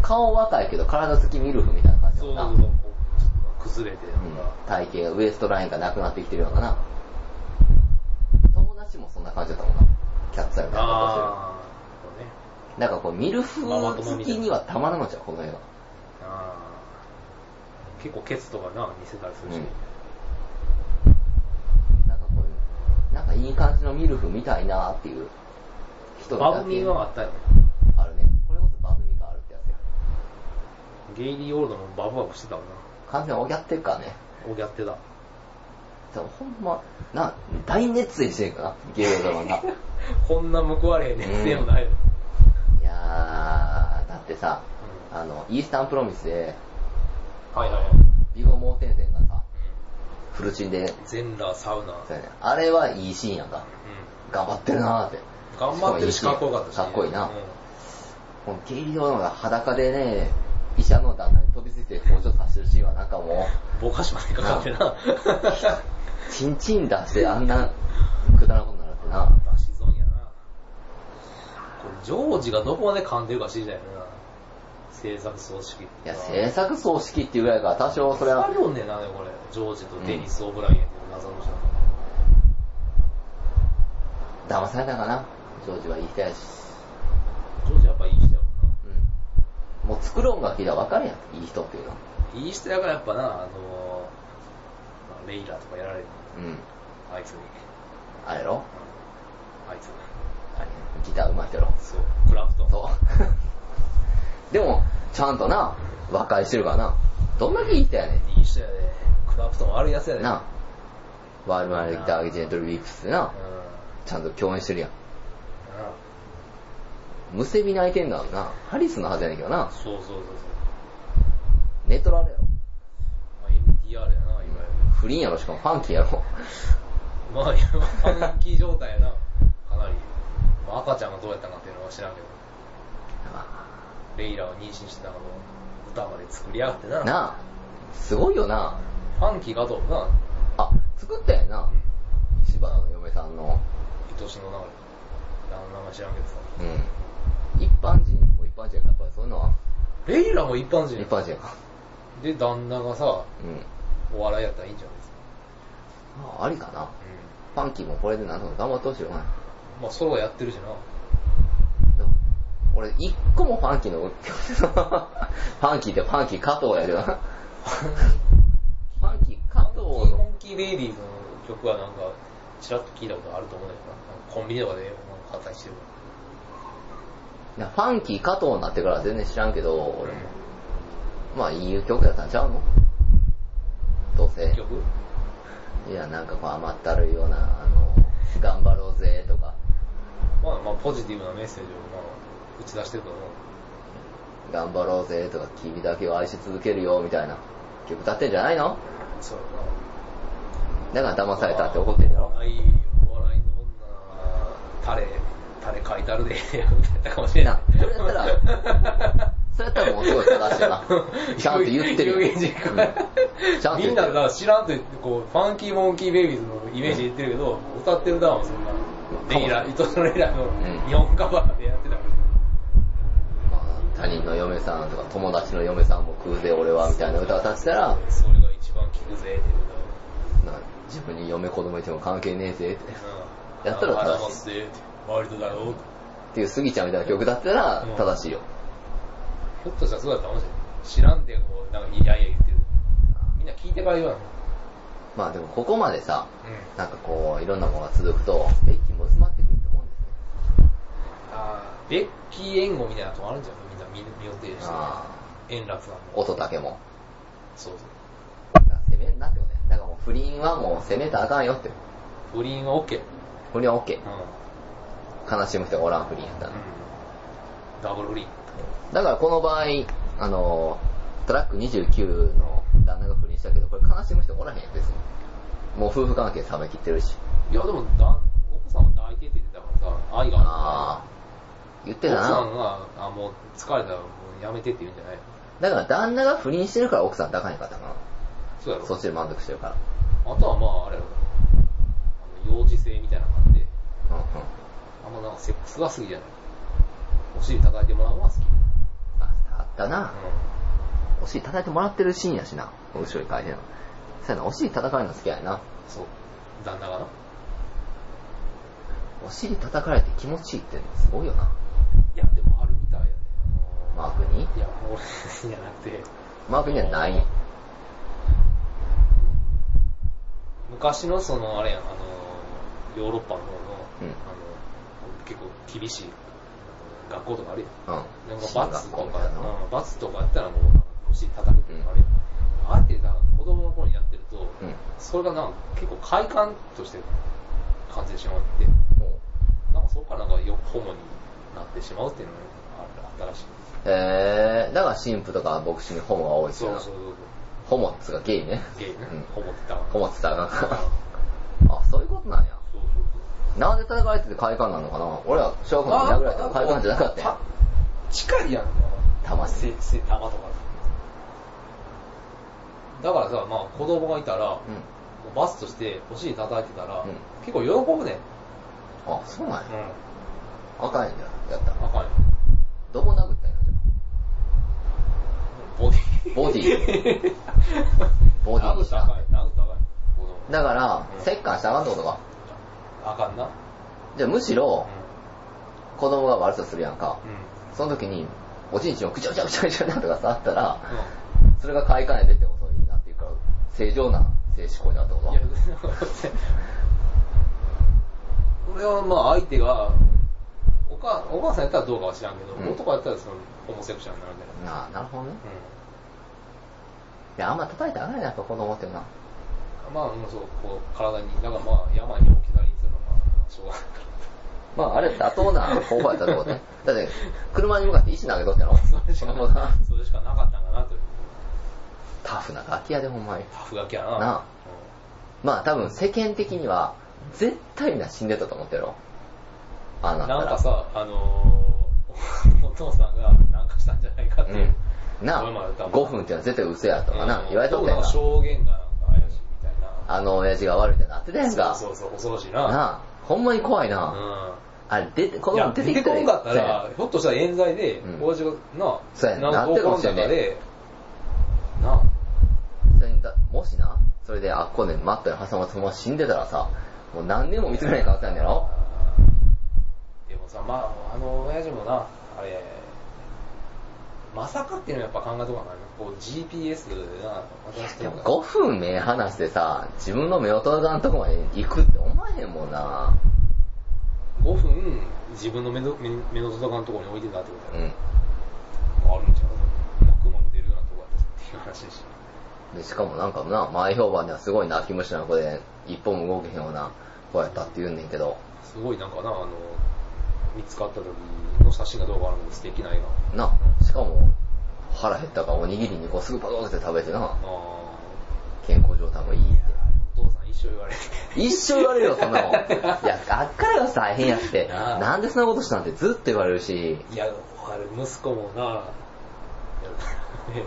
B: 顔若いけど体つきミルフみたいな感じ
A: そ
B: だ
A: うそ
B: な。
A: うそう、こう、ちょっと崩れて、なん
B: うん
A: か、
B: 体型がウエストラインがなくなってきてるようなな。友達もそんな感じだったもんな。キャッツアイみたいな顔して
A: あー、そうね。
B: る。なんかこう、ミルフ
A: ママ友
B: 好
A: みたい
B: き
A: な
B: にはたまらんのじゃん、この映画。
A: あー結構ケツとかな、見せたりするし。
B: うんなんかこういう、なんかいい感じのミルフみたいなっていう人
A: バ
B: だ
A: ブ
B: け
A: ミはあったよね。
B: あるね。これこそバブミがあるってやつや。
A: ゲイリー・オールドもバブバブしてたもんな。
B: 完全におぎゃってるからね。
A: おぎゃってた。
B: でもほんま、な、大熱意してるからな、ゲームドラマ が。
A: こんな報われへん熱でもないよ。
B: いやー、だってさ、
A: うん
B: あの、イースタンプロミスで、
A: はいはいはい。
B: ビゴ盲点線がさ、フルチンで、
A: ゼンラー、サウナ。
B: そうやねあれはいいシーンやんか。
A: う
B: 頑張ってるなーって。
A: ん。頑張ってるし、かっこよかったし。
B: かっこいいな
A: うん。
B: このゲイリードラマが裸でね、医者の旦那に飛びついて包丁刺してるシーンはなんかもう、
A: ぼかしまでかかって な。
B: チンチン出してあんな、くだらんことになるってな。
A: 出し損やな。これ、ジョージがどこまで噛んでるか知りたいよな。制作葬式
B: いや、制作葬式っていうぐらいから多少それは
A: あ、るよねんな、でもこれ。ジョージとデニス・オブライエンっていう謎の人。
B: 騙されたかなジョージはいい人やし。
A: ジョージやっぱいい人やもん
B: うん。もう作る音楽聞いたらわかるやん。いい人っていうのは。
A: な。いい人やからやっぱな、あのー、まあレイラーとかやられる
B: うん。
A: あいつに。
B: あれやろ
A: あいつ
B: あれ、ギター上手い人やろ。
A: そう、クラフトン。
B: そう。 でも、ちゃんとな、和解してるからな。どんだけいい人やねん。
A: いい人やで。クラフトン悪いやつやで。
B: なあ。ワールドマイルギタージェントルウィークスでな
A: う、ん。な
B: ちゃんと共演してるやん。
A: あ
B: むせび泣いてんだろうな。ハリスのはずやねんけどな。
A: そうそうそうそう。
B: ネトラルやろ。
A: まあ、NTR やな、いわゆる。
B: 不倫やろ、しかもファンキーや ろ。
A: まあ、今、換気状態やな。かなり。まあ、赤ちゃんがどうやったかっていうのは知らんけど。レイラを妊娠してたのを歌まで作りやがってな。
B: なあ。すごいよな。
A: ファンキーがどうな。
B: あ、作ったんやな
A: うん。。
B: 柴田の嫁さんの。
A: 愛しの流れ。あの名前知らんけどさ。
B: うん。一般人も一般人やから、やっぱりそういうのは。
A: レイラも一般人
B: 一般人やか
A: で、旦那がさ、
B: ら。うん。
A: お笑いやったらいいんじゃないですか。
B: あありかな。ファンキーもこれでなんとか頑張ってほしいよな。
A: うん。まあ、ソロやってるしな。
B: でも俺、一個もファンキーの、 ファンキーってファンキー加藤やけどな。 ファンキー加藤
A: モンキーモ
B: の、
A: ンキーベイビーズの曲はなんか、ちらっと聞いたことあると思うんだけどな、なんかコンビニとかでなんか買ったりしてる。
B: いやファンキー加藤になってから全然知らんけど、俺も。まあ、いい曲やったんちゃうのどうせ。
A: 曲
B: いや、なんかこう甘ったるいような、あの、頑張ろうぜとか、
A: まあまあポジティブなメッセージをまあ打ち出してると思う。
B: 頑張ろうぜとか、君だけを愛し続けるよみたいな曲歌ってんじゃないの
A: そう
B: だから騙されたって怒ってんだ
A: お
B: ろ
A: 笑い、お笑いの女、タレ、タレ書いてあるで、みたいなかもしれない。。
B: なそれやったらそれやったらもうすごい正しいよな ちゃんと言ってるよ。
A: 有言実行
B: うんちゃんと
A: みんな
B: 言って
A: だ
B: る。
A: から知らんと言って、こう、ファンキーモンキーベイビーズのイメージで言ってるけど、歌ってるだもん、そんな。レイラ、伊藤のレイラの
B: ん
A: 日本カバーでやってたから。
B: まあ他人の嫁さんとか友達の嫁さんも食うぜ俺はみたいな歌を歌ってたら、
A: それが一番効くぜ、っていう歌を。
B: なんか自分に嫁子供いても関係ねえぜ
A: うん
B: って。やったら正しい
A: あますねワイルドだろう
B: っていうスギちゃんみたいな曲歌ってたら
A: うん
B: 正しいよ。
A: ひょっとしたらそうだったかもしれない。知らんで、こう、なんか、いやいや言ってる。みんな聞いてから言わな。
B: まあでもここまでさ、
A: うん。
B: なんかこう、いろんなものが続くと、ベッキーも薄まってくると思うんですね。
A: あーベッキー援護みたいなとこあるんじゃないみんな見見予定して。
B: あ
A: 円楽さんも。
B: あ、音だけも。
A: そうそう。
B: だから攻めんなってことね。だからもう不倫はもう攻めたらあかんよって。
A: 不倫は OK。
B: 不倫は OK
A: う。ん。
B: 悲しむ人がおらん不倫やったら。
A: ダブル不倫。
B: だからこの場合、あの、トラック29の旦那が不倫したけど、これ悲しむ人おらへんやん、別に。もう夫婦関係冷め切ってるし。
A: いや、でも、だ奥さんは抱いてって言ってたからさ、愛があ
B: ああ、言っ
A: る
B: て
A: か
B: た
A: ら。奥さん
B: な。
A: が、あ、もう疲れたらもうやめてって言うんじゃない
B: だから旦那が不倫してるから奥さん抱かへんかったか
A: そうや
B: な。
A: ろ。
B: そっちで満足してるから。
A: あとはまあ、あれやろ。あの幼児性みたいなのがあって、
B: うんうん。
A: あんまなんかセックスが好きじゃない。お尻叩いてもらうのは好き。うん。
B: ああったな。お尻叩いてもらってるシーンやしな。後ろに書いてるの。そうやな、お尻叩かれるの好きやな。
A: そう。旦那がな。
B: お尻叩かれて気持ちいいってすごいよな。
A: いや、でもあるみたいやね。あの
B: マークに
A: いや、俺じゃなくて、
B: マークにはないんや。
A: 昔のその、あれやん、あの、ヨーロッパの方の、
B: うん
A: あの、結構厳しい学校とかあるやん。
B: う
A: なん
B: ん。
A: か罰と
B: 進学校みたいな
A: か、うん、罰とかやったらもう、腰叩くっていうのあれやん。あれってなんか子供の頃にやってると、
B: うん。
A: それがなんか結構快感として感じてしまって、
B: も
A: なんかそこからなんかよホモになってしまうっていうのがあったらしい。
B: うえー、だから神父とか牧師にホモが多いし
A: そう
B: な
A: そう。そうそう。
B: ホモっつうかゲイね。
A: ゲイね
B: うん。
A: ホモって言ったわ
B: ホモっつったらな ん
A: そう
B: かあ、そういうことなんや。
A: そう
B: なんで叩かれてて快感なのかな俺は小
A: そう。
B: 学校に殴られたら快感じゃなかったやん。
A: 近いやん。
B: 玉
A: せ、せ、玉とか。だからさ、まあ子供がいたら、
B: う
A: 罰としてお尻叩いてたら、
B: うん
A: 結構喜ぶね。
B: ん。あ、そうなん
A: う
B: や。
A: ん。
B: あかんやんじゃん。やったら。
A: あかんよ。
B: どこ殴ったんやじゃあ
A: ボディ。
B: ボディ。ボディ
A: 殴
B: に
A: っ
B: した
A: らあかんよ。殴ったらあかんよ。子供
B: だから
A: う、ん
B: 折檻したらあかんってことか。
A: あかんな。
B: じゃあむしろ、子供が悪さするやんか
A: う。ん。うん。
B: その時に、おちんちんをくちゃくちゃくちゃくちゃなとか触ったら、
A: う
B: それが快感やでってことになっていくから、正常な性思考になるってこ
A: ん。
B: と
A: いや、 これはまあ相手が、お母お母さんやったらどうかは知らんけど、
B: うん
A: 男やったらその、ホモセクシャルになるんじゃない
B: なあ、なるほどね。いや、あんま叩いてあげないな、やっぱ子供っていうのは。
A: うん。まあ、もうそう、こう、体に、だからまあ、山に置き去りにするのは、まあしょうがないか
B: まあ、あれ妥当な方法やったってことね。だって、車に向かって石投げとってやろ。
A: ら、それし
B: 子
A: か
B: 供が
A: な、それしかなかったんかなという。
B: タフなガキやで、ほんまに。
A: タフガキやな。
B: なあまあ、多分世間的には、絶対みんな死んでたと思ってやろ。あ
A: う
B: あ
A: ん
B: なったら
A: なんかさ、あのー、お 父さんがなんかしたんじゃないかっていう。
B: うん。なあ
A: 俺もやったもん
B: 5分ってのは絶対嘘やとかな、言われとったや
A: なんんか
B: か。
A: 証言がなんか怪しいみたいな。
B: あの親父が悪いってなってたやんか。
A: そうそうそう、恐ろしいな。
B: なあ、ほんまに怖いな。
A: うん。
B: あれ、出て、子
A: いや
B: 供出てきた
A: こんかったら、ひょっとしたら冤罪で
B: う、ん
A: 親父が、な
B: そうやね
A: なん
B: な
A: か
B: ってるかも
A: の
B: しれんね
A: 中で、なあ、
B: それにだもしな、それであっこで待ったら挟まってそのまま死んでたらさ、もう何年も見つめない可能性あるんだろ
A: でもさ、まあ、あの、親父もな、あれ、まさかっていうのはやっぱ考えとかないね。こう、GPS な、私
B: で
A: と
B: も
A: か。
B: 5分目離してさ、自分の目を届かんとこまで行くって思わへんもんな。
A: 5分、自分の目の目目の届かんところに置いてたってこと
B: う
A: やろ。
B: ん。
A: あるんちゃうまあ雲の出るようなとこだったっていう話でし
B: で、しかもなんかな、前評判ではすごい泣き虫な子で、一歩も動けへんような子やったって言うんねんけど、
A: すごいなんかな、あの、見つかった時の写真がどうかあるので素敵な映画。
B: な、しかも、腹減ったからおにぎり2個すぐパコって食べてな、
A: あ
B: 健康状態もいいっ
A: ーお父さん一生言われて。
B: て。一生言われるよ、そんなもん。いや、学会は大変やって、
A: なあ
B: なんでそんなことしたんってずっと言われるし、
A: いや、あれ、息子もな、いや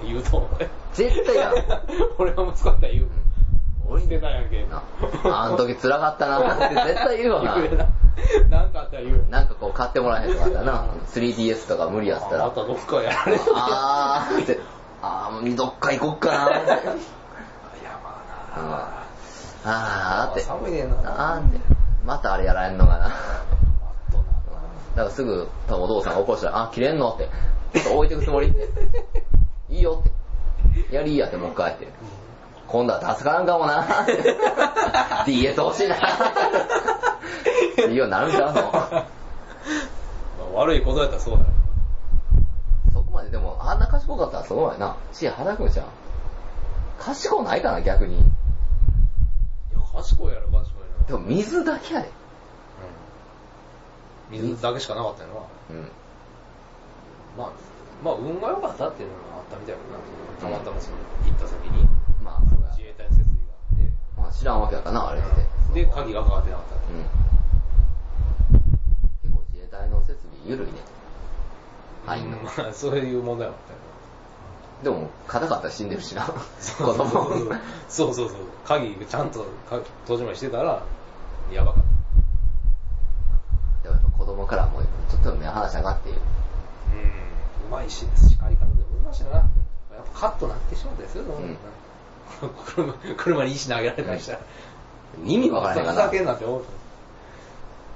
A: 言うと思う。
B: 絶対やん。
A: 俺は息子だったら言う。
B: 俺
A: 俺
B: に
A: してたやんけ。
B: なあん時辛かったなって絶対言うよな。
A: 言な。なんかあったら言う。
B: なんかこう買ってもらえへんとかあったらな、3DS とか無理やった
A: あま
B: ら、
A: たどっかやられてる。
B: あーって、あー、もうどっか行こっか なっ
A: いや、
B: て。
A: まあな。
B: あーって。
A: 寒いねんな
B: あーって。またあれやられんのか
A: マッ
B: な。
A: トな。
B: だからすぐ、多分お父さんが怒るしたら、あ、切れんのって。ちょっと置いてくつも りいいよって。やりいいやって、もう一回って。今度は助からんか もなって。DS 欲しいなって。いいようになるんちゃうの
A: まあ悪いことやったらそうだよ。
B: そこまででも、あんな賢かったらすごいな。し、原くんちゃん。賢ないかな、逆に。
A: いや、賢いやろ、賢い
B: でも、水だけやで。
A: な。うん。水だけしかなかったよな。
B: うん。
A: まあ、まあ、運が良かったっていうのもあったみたいだな。たまたまその、行った先に、
B: まあ、それは
A: 自衛隊の設備があって、
B: まあ、知らんわけやからな、あれって。
A: で、鍵がかかってなかった
B: うん。結構自衛隊の設備緩いね。入んの。
A: まあ、そういう問題もあったよ。
B: でも、硬かったら死んでるしな。
A: そう
B: 子
A: そう
B: 供。
A: そうそうそう。鍵ちゃんとか閉じまりしてたら、やばかっ
B: でもやっぱ子供からもう、ちょっと目離したがっていう。
A: た。うん。うまいし、叱り方で思いましたな。やっぱカットなってしまうんですよ、そんなのな 車車に石投げられたりしたら。
B: 意味わからへんか
A: ふ
B: な
A: ざ。けんなって思う。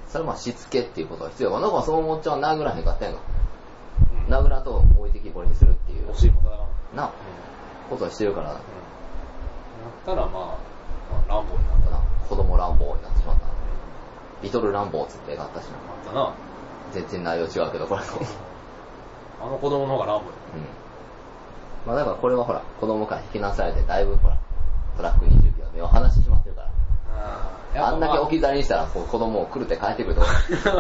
B: それはまあ、しつけっていうことが必要。この子はそう思っちゃう殴らへんかったやんか。
A: うん
B: 殴らんと置いてきぼりにするっていう
A: お、尻も叩かん。
B: な、ことをしてるか
A: う
B: ら、
A: ん。やったらまあ、まあ、乱暴になったな。
B: な子供乱暴になってしまった。リトル乱暴つって映画あったしな。
A: あったな。
B: 全然内容違うけ ど、これも。
A: あの子供の方が乱暴や。
B: うん。まあだからこれはほら、子供から引きなされて、だいぶほら、トラック20秒目を離してしまってるから。あ、んだけ置き去りにしたら、こう子供を来るって帰ってくると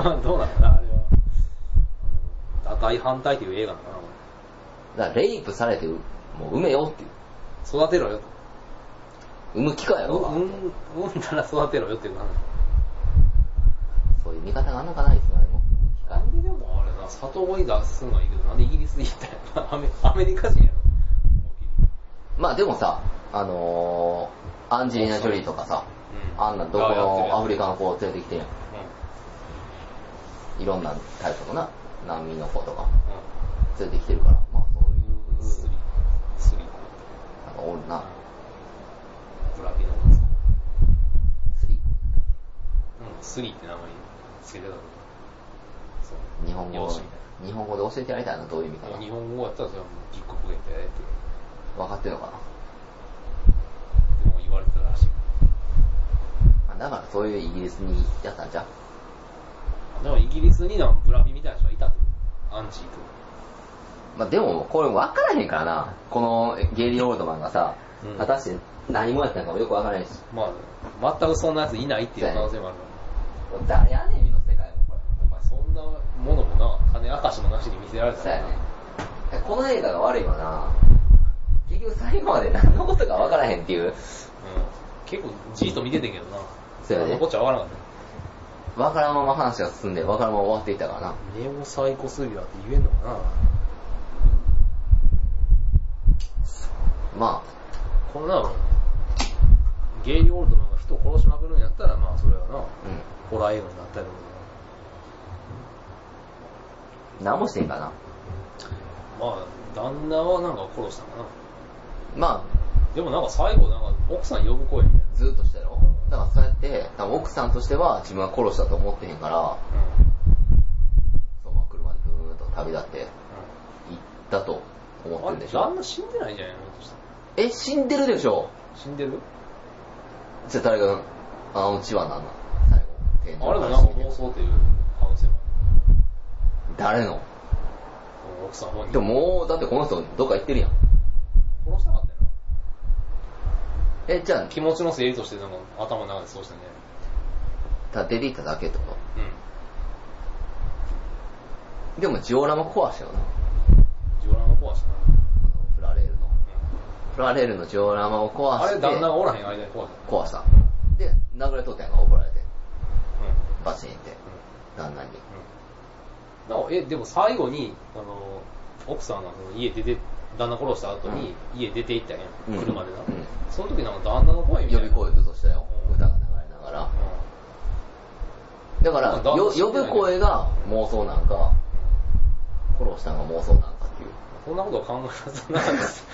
B: 思 う。
A: どうなんだな、あれは。打開反対という映画なのかな、こ
B: だからレイプされて、もう埋めようっていう。
A: れ。育てろよ。
B: 産む機会や
A: う
B: ろ、
A: ん、うん、産んだら育てろよっていう話。
B: そういう見方があんのかないつまでも。機
A: な
B: 会。
A: んででもあれな、里子に出すのはいいけど、なんでイギリスに行ったんやろアメ アメリカ人やろ。
B: まあでもさ、あのー、アンジェリーナ・ジョリーとかさ、
A: うん
B: あんなどこのアフリカの子を連れてきてんやん。
A: うん。
B: いろんなタイプのな、難民の子とか
A: う
B: 連れてきてるから、まあそうい
A: ん。スリ、スリコ。
B: う、なんかおるな。
A: ブラピの子ですか。
B: スリ
A: うん、スリって名前いい。つけてたのに。そう
B: 日本語
A: 用紙みたいな
B: 日本語で教えてやりたいなどういう意味かな
A: もう日本語やったらそれはもう一国語やったらええって、
B: 分かってるのか
A: でも言われてたらしい。
B: なあだからそういうイギリスにやったんじゃう
A: でもイギリスになんかブラピみたいな人がいたと。アンチーク。
B: まあ、でもこれ分からへんからなこのゲイリー・オールドマンがさ、
A: うん
B: 果たして何もやったんかもよく分からへんし
A: まあ、全くそんなやついないっていう可能性もあるから。
B: 誰やねんの世界もこれ
A: お前そんなものもな、金明かしもなしに見せられた
B: そう
A: ら
B: や
A: な
B: ね。この映画が悪いわな結局最後まで何のことか分からへんっていう
A: うん。結構じーっと見ててんけどな。
B: そうやね
A: あのこっちゃわからなかっ
B: 分からんまま話が進んで分からんまま終わっていったからな
A: た。ネオサイコスリラーって言えんのかな
B: ま
A: こんなの、ゲイリーオールドの人を殺しまくるんやったら、まあそれはな、
B: あう
A: ホラー映画になったりも
B: ん何もしてんかな
A: まあ、旦那はなんか殺したかな。
B: まあ
A: でもなんか最後なんか奥さん呼ぶ声みたいな。
B: ずーっとしたやろだからそうやって多分奥さんとしては自分は殺したと思ってへんからそうまあ車でブーンと旅立って行ったと思
A: うん。う
B: ってる
A: ん。あ
B: ん
A: れ、
B: でしょ
A: 旦那死んでないんじゃないのそしたら
B: え死んでるでしょ
A: 死んでる
B: じゃあ誰があのうちは何なの最後天井
A: あれも
B: か
A: なん
B: ら
A: か
B: 死んで
A: 妄
B: る
A: 想っていう可能性も
B: 誰の
A: ある。奥さん本人。
B: でももうだってこの人どっか行ってるやん
A: 殺したかったよな。
B: えじゃあ
A: 気持ちの整理としてなんか頭の中でそうしたね。
B: た出て行っただけってこ
A: うん。
B: とでもジオラマ壊したよな
A: ジオラマ壊したな。
B: プラレールのプラレールのジオラマを
A: うん
B: 壊
A: あ
B: して
A: れ旦那がおらへん間に壊した。
B: 壊したで殴れとったやんか怒られて
A: うん。
B: バチンって
A: うん。
B: 旦那に
A: うん。なお、え、でも最後に、あの、奥さんがその家出て、旦那殺した後に家出て行ったや
B: うん
A: ん。車でな。
B: うん
A: その時なんか旦那の声みた
B: 呼
A: いな。
B: び声ずっとしたよ
A: うん
B: 歌が流れながらだから
A: まあ
B: よ
A: 男性
B: 呼ぶ声が妄想なんか殺したのが妄想なんかっていう
A: そんなことを考えなさなかったです。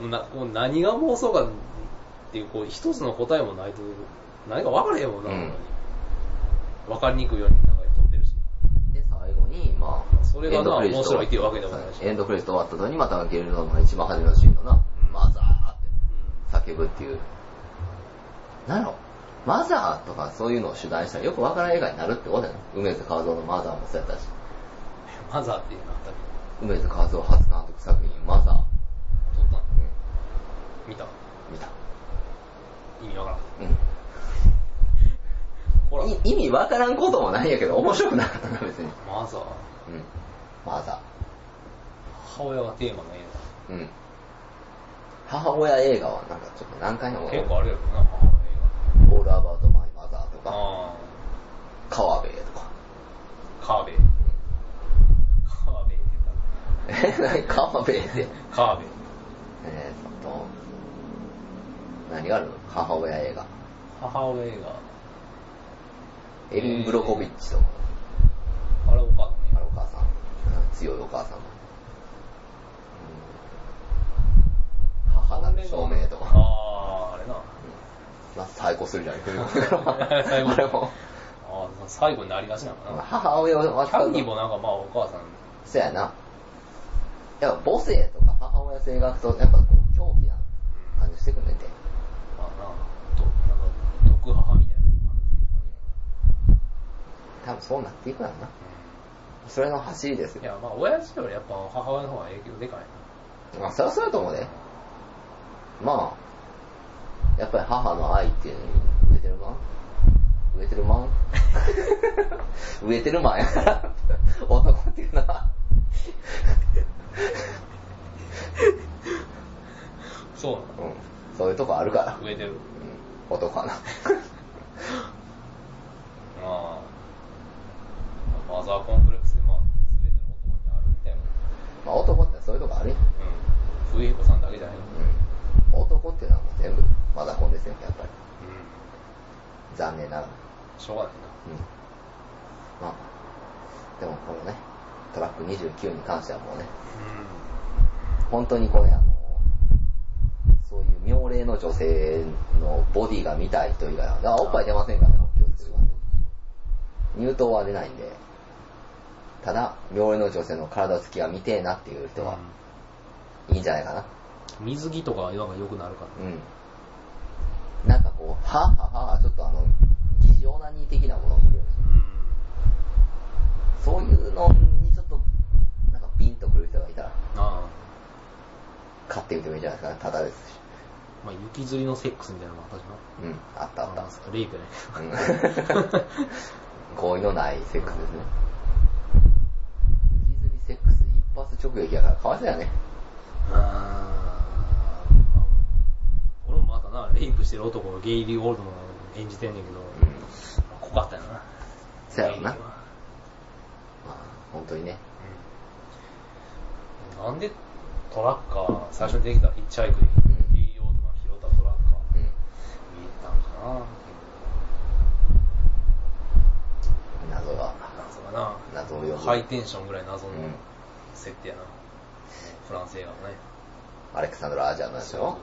A: もうなもう何が妄想かっていう、こう、一つの答えもないと、何か分からへんもんな、
B: うん
A: ほんまに分かりにくいようになんか撮ってるし。
B: で最後にまあ
A: それがな
B: エンドクレジット
A: 面白いっていうわけでもないし
B: エンドクレジット終わった後にまたゲルドの一番初めのシーンのな、
A: うん
B: マザ
A: う
B: ーって叫ぶっていうなんやろマザーとかそういうのを主題にしたらよくわからん映画になるってことやな梅津和夫のマザーもそうやったし
A: ん。マザーっていうのあったけ
B: 梅津和夫初監督作品マザー、
A: ど、撮ったの
B: う
A: 見た
B: ん、見た
A: 意味わからん。
B: うん
A: ほら、
B: い意味わからんこともないんやけど、面白くなかったな、別に。
A: マザー。
B: うん。マザ
A: 母親がテーマの映
B: ー。うん。母親映画はなんかちょっと何回も
A: 画。結構あるやろな、母親映
B: オールアバウトマイマザーと
A: 画。
B: か、
A: あ
B: 川辺と か。
A: あ、カーベイ。カーベイって
B: え、何川辺って。
A: 言った。カーベイ。
B: えーっと、何があるの母親映画。
A: 母親映
B: エリン・ブロコビッチとか、
A: 画。あれおかんね。
B: あのお母さん。うん強いお母さん。うん母なる証明とか。
A: ああ、あれな。
B: まあ、サイコス リラーに来るのから、あれも。
A: あー最後になりがちなのかな。
B: 母親を
A: キャンディ
B: も。
A: もなんかまあお母さん、
B: そやな。やっぱ母性とか母親性がと、やっぱこう、狂気な感じしてくんねんて。
A: まあな、となんか毒母みたいなのがあるっていう
B: 多分そうなっていくやろな。
A: か
B: それの走りです
A: ね。い
B: よ。
A: や、まあ親父よりやっぱ母親の方が影響でかいな。
B: まあ、そりゃそうやと思うで。まあ、やっぱり母の愛っていうのに、植えてるまん植えてる まん植えてるまんやから、男っていうのは。
A: そうなの
B: うん。そういうとこあるから。
A: 植えてる。
B: うん。男 かな。
A: まあ、マザーコンプレックスでまあ、すべての男にあるみたいな。
B: まあ男ってそういうとこあるよ。
A: うん。冬彦さんだけじゃないの。うん。
B: うん。男っていうのはもう全部、マザコンですよ、やっぱり。残念ながら。
A: しょうがない
B: うん。まあ、でもこのね、トラック29に関してはもうね、
A: な。
B: 本当にこれあの、そういう妙齢の女性のボディが見たい人以外は、あおっぱい出ませんからね、気をつけてください。入党は出ないんで、ただ、病院の女性の体つきが見てえなっていう人は、いいんじゃないかな。
A: うん水着とかなんか良くなるか
B: うん。なんかこう、はぁはぁはぁ、ちょっとあの、疑似オナニー的なものを見るんですよ
A: な。うん。
B: そういうのにちょっと、なんかピンとくる人がいたら、
A: あ
B: 買ってみてもいいんじゃないですかね。ただですし。
A: あ。まあ、雪吊りのセックスみたいなのもあったしな。
B: うん、あったあった。
A: あレイプね。
B: うん合意のないセックスですね。引きずりセックス一発直撃やからかわいそうやね。
A: あー俺もまたな、レイプしてる男をゲイリー・オールドマン演じてんねんけど、
B: うん。
A: 濃かったよな。
B: そやろな
A: ゲイリーは
B: まあ、本当にね。
A: うんなんでトラッカー、最初にできたヒッチハイクに、
B: うん
A: ゲイリー・オールドマン拾ったトラッカー、
B: うん。
A: 見えたんかな。
B: 謎が。
A: 謎がな。
B: 謎を呼ぶ
A: ハイテンションぐらい謎の
B: うん
A: 設定やな。フランス映画のね。
B: アレクサンドラ・アージャンなんでし
A: そう
B: ょ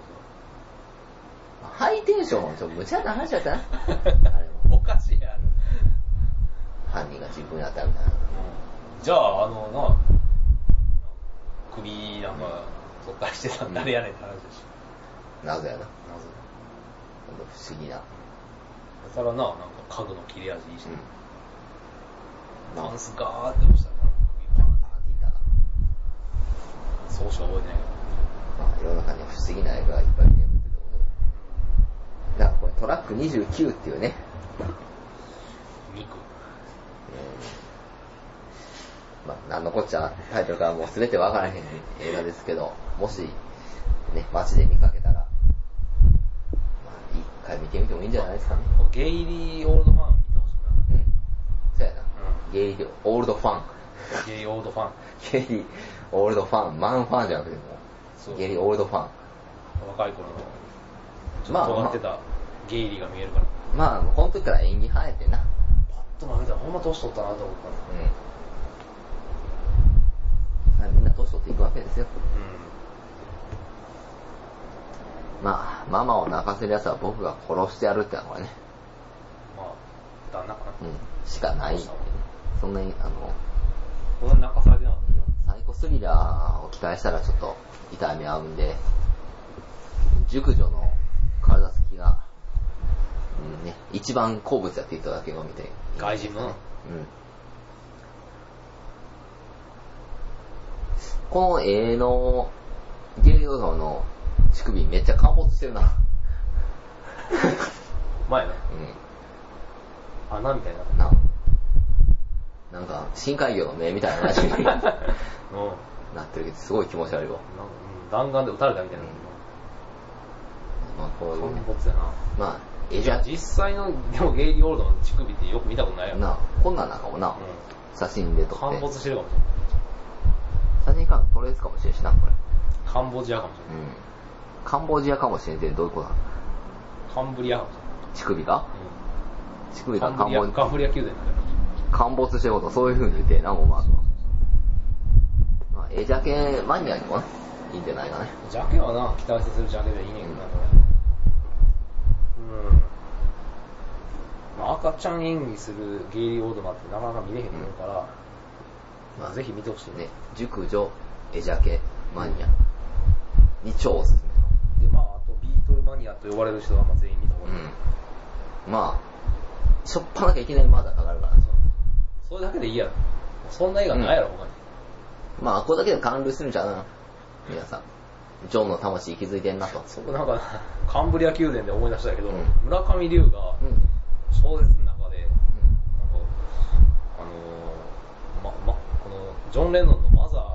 B: ハイテンションはちょっと無茶な話だっ たな。あれ
A: そうそう
B: も。
A: おかしいやろ。
B: 犯人が自分やったみたいな。
A: じゃあ、あの、な、首なんか取ったりしてたら誰やねんって話だし。
B: 謎やな。
A: 謎だ
B: ほんと不思議な。
A: だからな、なんか家具の切れ味いいし、
B: うん。
A: ダ
B: なん
A: ンスガーって押したらな、首パン
B: あ聞いたな
A: そうしか覚えてない
B: まあ、世の中には不思議な映画がいっぱい出るってとこだからこれトラック29っていうね、
A: けど。肉。
B: うんまあ、なんのこっちゃタイトルからもう全てわからへん映画ですけど、もし、ね、街で見かけたら、まあ、一回見てみてもいいんじゃないですかね。
A: ゲイリー・オールドファン見てほしい
B: うん。そうやな。
A: う
B: ゲイリー、オールドファン。
A: な。ゲイリー・オールドファン。
B: ゲイリー、オールドファン。マンファンじゃなくても
A: そう
B: う、ゲイリー、オールドファン。
A: 若い頃の、ちょ
B: ま
A: っ
B: あ
A: と尖ってたゲイリーが見えるから。
B: まあ、この時から演技生えてな。
A: パッと舐めたらほんま年取ったなと思ったの。
B: うん。まあ、みんな年取っていくわけですよ。
A: う
B: まあ、ママを泣かせる奴は僕が殺してやるってのはこれね、
A: ん。まあ、旦那かな。
B: うん、しかないってね。そんなに、あの、
A: こんなに泣かされてなかったよ
B: サイコスリラーを期待したらちょっと痛み合うんで、熟女の体つきが、うんね、一番好物やっていただけを見て。
A: 外人のな
B: うん。この絵のゲイオドの乳首めっちゃ陥没してるな。
A: 前の
B: う
A: 穴みたいな。
B: ん。な、なんか深海魚の目みたい な話にな
A: うん。なんか、
B: ってるけど、すごい気持ち悪いわ。
A: うん、弾丸で撃たれたみたいな。
B: まあこういうね
A: 陥没やな。
B: まあ、絵
A: い
B: じゃ
A: や、実際の、でもゲイリー・オールドの乳首ってよく見たことないよ。
B: な、こんなんなんかもな、
A: う
B: 写真で
A: ん。
B: 撮っ
A: 陥
B: て
A: 没。してるかもしれない。
B: 写真から撮れるかもしれんしな、これ。
A: カンボジアかもしれ
B: う
A: ない。
B: ん。カンボジアかもしれんってどういうことなの
A: カンブリアかもし
B: 乳首が
A: れ
B: 乳首
A: ない。
B: が
A: うん。カン
B: カ
A: ブ
B: ン
A: リア、
B: ボジ
A: カンブリア宮殿だね。
B: 陥没してること、そういう風に言ってえな、もうまあ。まあ、絵ジャケマニアにもね、いいんじゃないかね。
A: ジャケはな、期待させるジャケでいいねんけどな、これ。うん。まあ、赤ちゃん演技するゲイリー・オールドマンってなかなか見れへんと思うから、
B: まあ
A: ぜひ見てほしいね
B: ね、熟女、絵ジャケマニアに超おすす
A: で、まあ、あとビートルマニアと呼ばれる人がまあ全員見た方
B: め。
A: がいい。
B: うん。まあ、しょっぱなきゃいきなりまだかかるから。
A: それだけでいいやろ。そんな映画ないやろ、他に。
B: まあ、これだけで感涙するんじゃうな。皆さん。ジョンの魂気づいてんなと。
A: 僕なんか、カンブリア宮殿で思い出したけど、
B: うん
A: 村上龍が
B: うん。うん
A: 小説の中で、なんか、あのーま、ま、この、ジョン・レノンのマザーの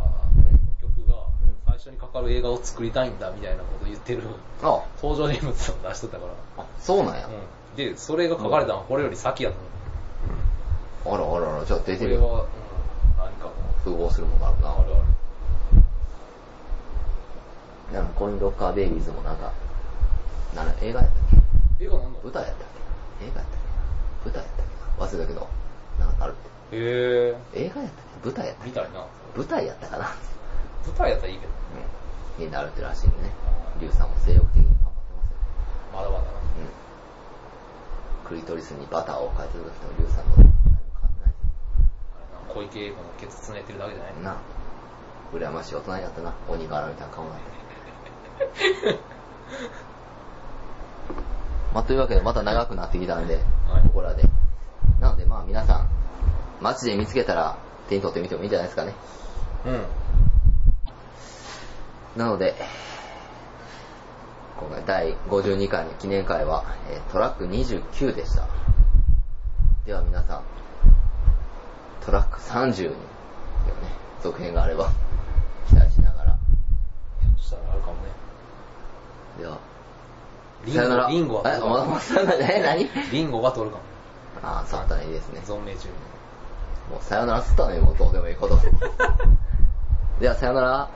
A: 曲が
B: うん、
A: 最初にかかる映画を作りたいんだ、みたいなこと言ってる、
B: あ
A: 登場人物を出しとったから。
B: あ、そうなんや。
A: うん。で、それが書かれたのはこれより先やと思う。
B: あらあらあら、じゃあ出て
A: こ
B: る
A: れ
B: よ。
A: は、うん、何かもう、
B: 符合するもんがあるな。
A: あるある。
B: なんかコインロッカーベイビーズもなんか、なんか映画やったっけ
A: 映画なんのへ
B: 舞台やったっけ映画やったっけ舞台やったっけ忘れたけど、なんかあるっ
A: え
B: て。映画やったっけ舞台やったっ
A: みたいな。
B: け舞台やったかな。
A: 舞台やったらいいけど、
B: うん。になるってらしいんでね。リュウさんも精力的に頑張ってます
A: まだ
B: よ。
A: まだな。
B: うん。クリトリスにバターをかけてる時のリュウさんの、何か
A: い系このケツつねてるだけじゃない
B: な羨ましい大人になったな鬼が現れた顔なんてまあ、というわけでまた長くなってきたんで、
A: はい
B: ここらでなのでまあ皆さん街で見つけたら手に取ってみてもいいんじゃないですかね
A: うん。
B: なので今回第52回の記念会は、えートラック29でしたでは皆さんトラック30に、ね、続編があれば期待しながら
A: ひょっとしたらあるかもね。
B: では
A: リンゴ
B: さよなら
A: リンゴは
B: え、お前もさよならえ何
A: リンゴが取るかも。
B: ああ、そうだったらいいですね。
A: 存命中に。
B: もうさよならっつったのよ、もうどうでもいいこと。では、さよなら。